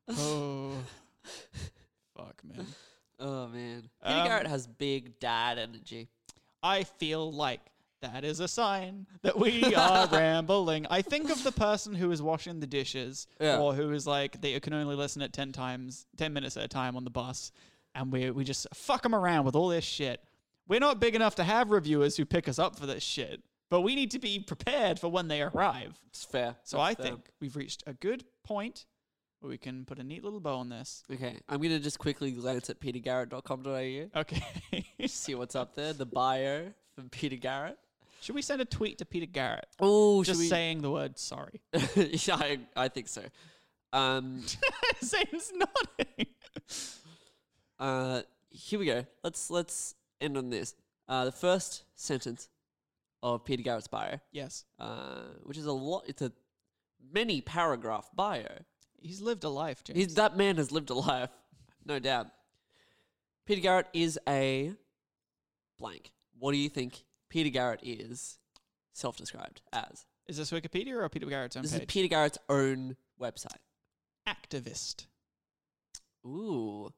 A: oh, fuck, man.
B: Oh man,
A: Um,
B: Peter Garrett has big dad energy.
A: I feel like that is a sign that
B: <laughs>
A: we are rambling. I think of the person who is washing the dishes
B: Yeah.
A: or who is like they can only listen at 10 times 10 minutes at a time on the bus and we we just fuck them around with all this shit. We're not big enough to have reviewers who pick us up for this shit, but we need to be prepared for when they arrive.
B: It's fair.
A: So
B: That's
A: I
B: fair.
A: think we've reached a good point where we can put a neat little bow on this.
B: Okay, I'm gonna just quickly glance at petergarrett.com.au.
A: Okay. <laughs>
B: See what's up there. The bio from Peter Garrett.
A: Should we send a tweet to Peter Garrett
B: Oh,
A: just saying the word sorry?
B: <laughs> yeah, I, I think so. Um,
A: <laughs> Zane's nodding.
B: Uh, here we go. Let's let's end on this. Uh, the first sentence of Peter Garrett's bio,
A: Yes.
B: uh, which is a lot. It's a many paragraph bio.
A: He's lived a life, James.
B: He's, that man has lived a life, no doubt. Peter Garrett is a blank. What do you think Peter Garrett is self-described as?
A: is this Wikipedia or Peter Garrett's own
B: This is
A: page?
B: Peter Garrett's own website.
A: Activist.
B: Ooh.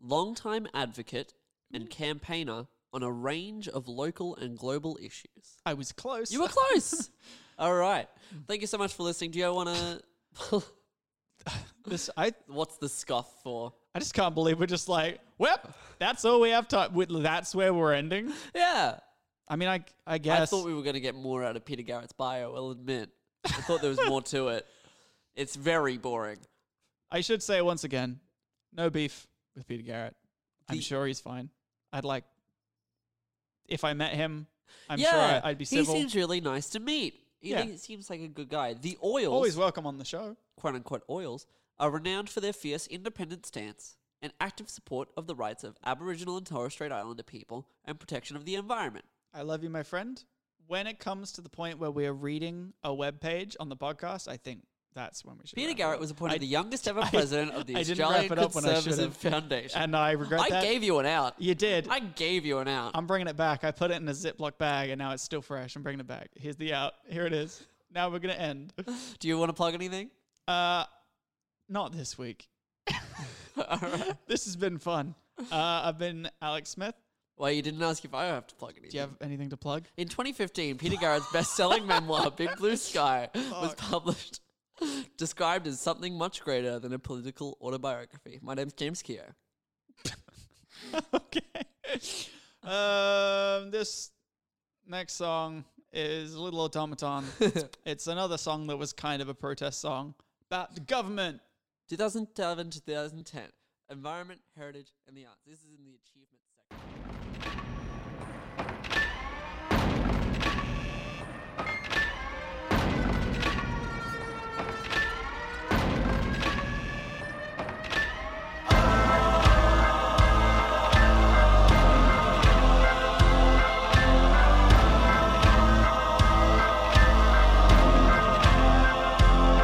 B: Longtime advocate and campaigner on a range of local and global issues.
A: I was close.
B: You were close. <laughs> All right. Thank you so much for listening. Do you want to.
A: <laughs> This- I,
B: <laughs> What's the scoff for?
A: I just can't believe we're just like, well, that's all we have time. With that's where we're ending.
B: Yeah.
A: I mean, I, I
B: I
A: guess.
B: thought we were going to get more out of Peter Garrett's bio, I'll admit. I thought there was more <laughs> to it. It's very boring.
A: I should say once again, no beef with Peter Garrett. I'm
B: The-
A: sure he's fine. I'd like, if I met him, I'm
B: yeah.
A: sure I, I'd be civil.
B: He seems really nice to meet. He
A: Yeah.
B: he seems like a good guy. The oils.
A: Always welcome on the show.
B: quote unquote oils, are renowned for their fierce independent stance and active support of the rights of Aboriginal and Torres Strait Islander people and protection of the environment.
A: I love you, my friend. When it comes to the point where we're reading a web page on the podcast, I think that's when we should.
B: Peter
A: wrap it
B: Garrett
A: up.
B: was appointed
A: I-
B: the youngest
A: <laughs>
B: ever
A: I-
B: president of the
A: I didn't
B: Australian
A: wrap it up when I should
B: Conservative
A: have.
B: Foundation.
A: and I regret
B: I
A: that. Um,
B: gave you an out.
A: you did.
B: I gave you an out.
A: I'm bringing it back. I put it in a Ziploc bag, and now it's still fresh. I'm bringing it back. Here's the out. Here it is. Now we're gonna
B: <laughs>
A: end.
B: Do you want to plug anything?
A: Uh, not this week.
B: <laughs> All right.
A: <laughs> This has been fun. Uh, I've been Alex Smith.
B: Well, you didn't ask if I have to plug anything.
A: Do you have anything to plug?
B: In 2015, Peter Garrett's
A: <laughs>
B: best-selling memoir, Big Blue Sky, was published, <laughs> described as something much greater than a political autobiography. My name's James Keogh.
A: <laughs> okay. Um, this next
B: <laughs>
A: song is Little Automaton. it's another song that was kind of a protest song, about the government.
B: 2007 to 2010. Environment, heritage, and the arts. This is in the achievement section.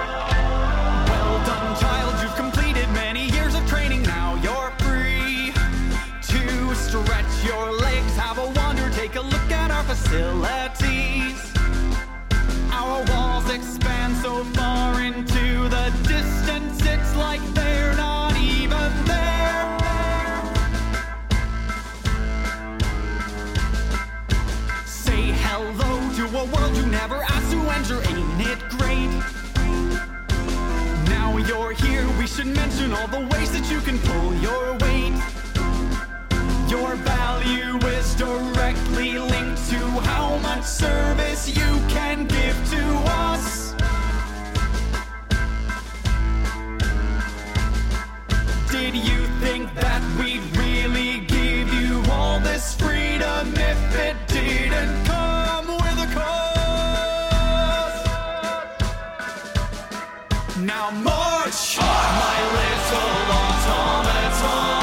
C: Well done, child. You've completed many years of training. Now you're free to stretch your legs, have a wander, take a look at our facilities. Our walls expand so far into the distance, it's like they're not even there. Say hello to a world you never asked to enter. Ain't it great? Now you're here, we should mention all the ways that you can pull your weight. Your value is directly linked to how much service you can give to us. Did you think that we'd really give you all this freedom if it didn't come with a cost? Now march, my little automaton.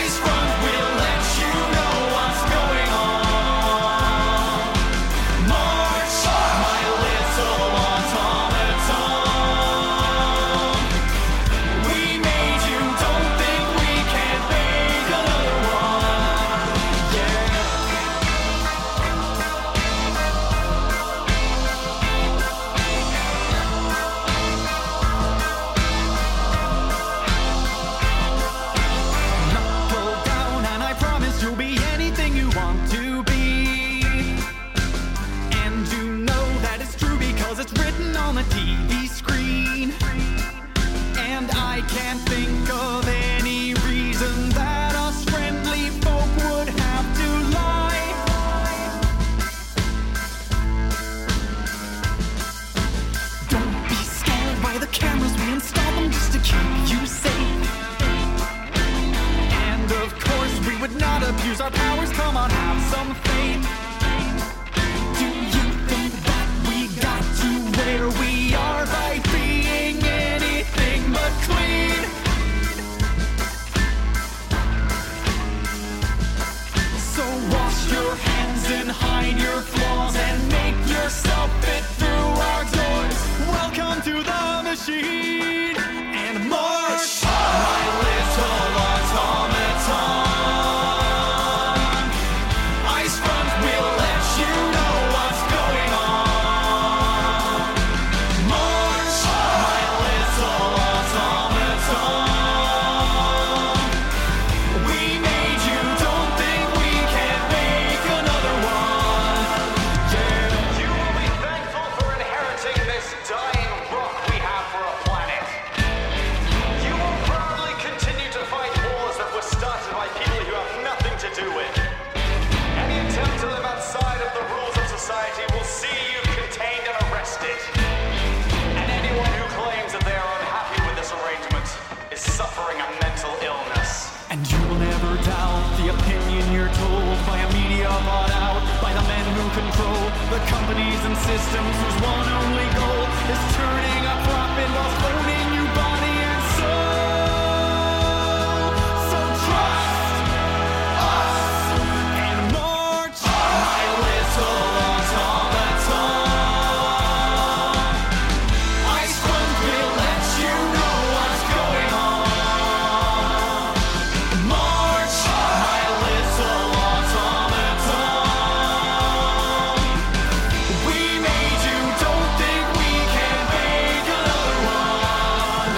C: Ice front will let you know what's going on. March, my little automaton. We made you, don't think we can't make another one. Yeah. Knuckle down, and I promise you'll be anything you want to be. And you know that it's true because it's written on the TV screen. And I can't think of any reason that us friendly folk would have to lie. Don't be scared by the cameras, we install them just to keep you safe. And of course, we would not abuse our powers. Come on, have some faith. Do you think that we got to where we are by being anything but clean? So wash your hands and hide your flaws and make yourself fit through our doors. Welcome to the machine and march, my little automaton. Ice front will let you know what's going on. March, my little automaton. We made you, don't think we can make another one. Yeah. You will be thankful for inheriting this dying rock we have for a planet. You will proudly continue to fight wars that were started by people you have nothing to do with. Any attempt to live outside of the rules of society will see you contained and arrested. And anyone who claims that they are unhappy with this arrangement is suffering a mental illness. And you will never doubt the opinion you're told by a media bought out by the men who control the companies and systems whose one only goal is turning a profit while cloning you body and soul. So trust us and march, my little automaton. Ice Front will let you know what's going on. March, my little automaton. We made you, don't think we can make another one.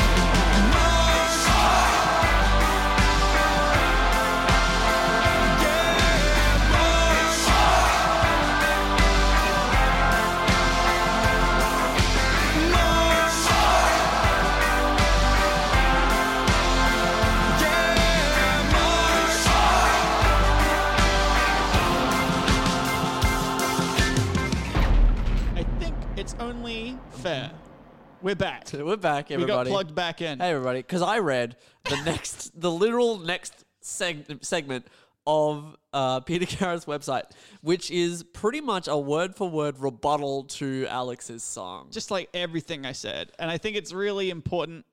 A: We're back.
B: So we're back,
A: We got
B: everybody.
A: plugged back in.
B: Hey, everybody, because I read the <laughs> next, the literal next seg- segment of uh, Peter Carra's website, which is pretty much a word for word rebuttal to Alex's song.
A: Just like everything I said, and I think it's really important.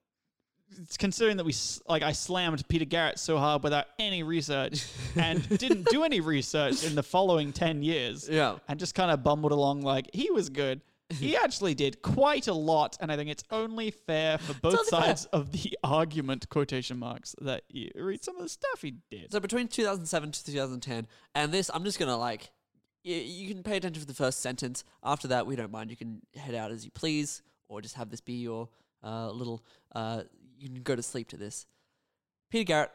A: It's considering that we s- like I slammed Peter Garrett so hard without any
B: <laughs>
A: research, and didn't do any research in the following ten years.
B: Yeah.
A: and just kind of bumbled along like he was good.
B: <laughs>
A: He actually did quite a lot, and I think it's only fair for both
B: only fair.
A: sides of the <laughs> argument quotation marks that you read some of the stuff he did.
B: So between 2007 to 2010, and this, I'm just gonna like, you, you can pay attention to the first sentence. After that, we don't mind. You can head out as you please, or just have this be your uh, little. Uh, you can go to sleep to this. Peter Garrett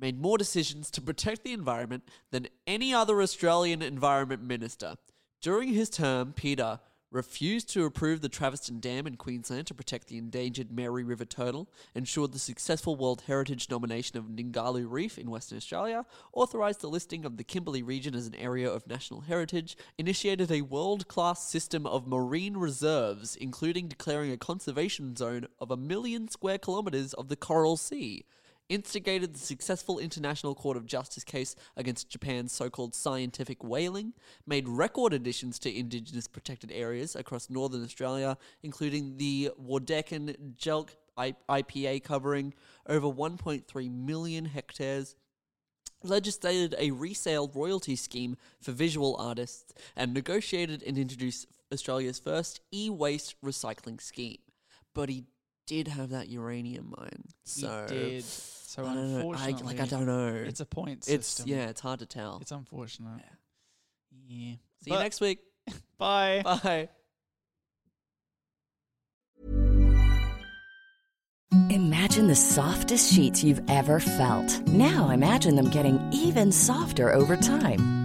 B: made more decisions to protect the environment than any other Australian environment minister. During his term, Peter refused to approve the Traveston Dam in Queensland to protect the endangered Mary River turtle, ensured the successful World Heritage nomination of Ningaloo Reef in Western Australia, authorised the listing of the Kimberley region as an area of national heritage, initiated a world-class system of marine reserves, including declaring a conservation zone of a million square kilometres of the Coral Sea, instigated the successful International Court of Justice case against Japan's so called scientific whaling, made record additions to Indigenous protected areas across northern Australia, including the Wardekin Jelk I- IPA covering over 1.3 million hectares. Legislated a resale royalty scheme for visual artists and negotiated and introduced Australia's first e waste recycling scheme. But he did have that uranium mine. So
A: he did. So
B: I don't know. I-
A: unfortunately,
B: like, I don't know.
A: It's a point
B: it's
A: system.
B: yeah, it's hard to tell.
A: it's unfortunate. Yeah.
B: See you next week. <laughs>
A: Bye.
B: Bye.
D: Imagine the softest sheets you've ever felt. Now imagine them getting even softer over time.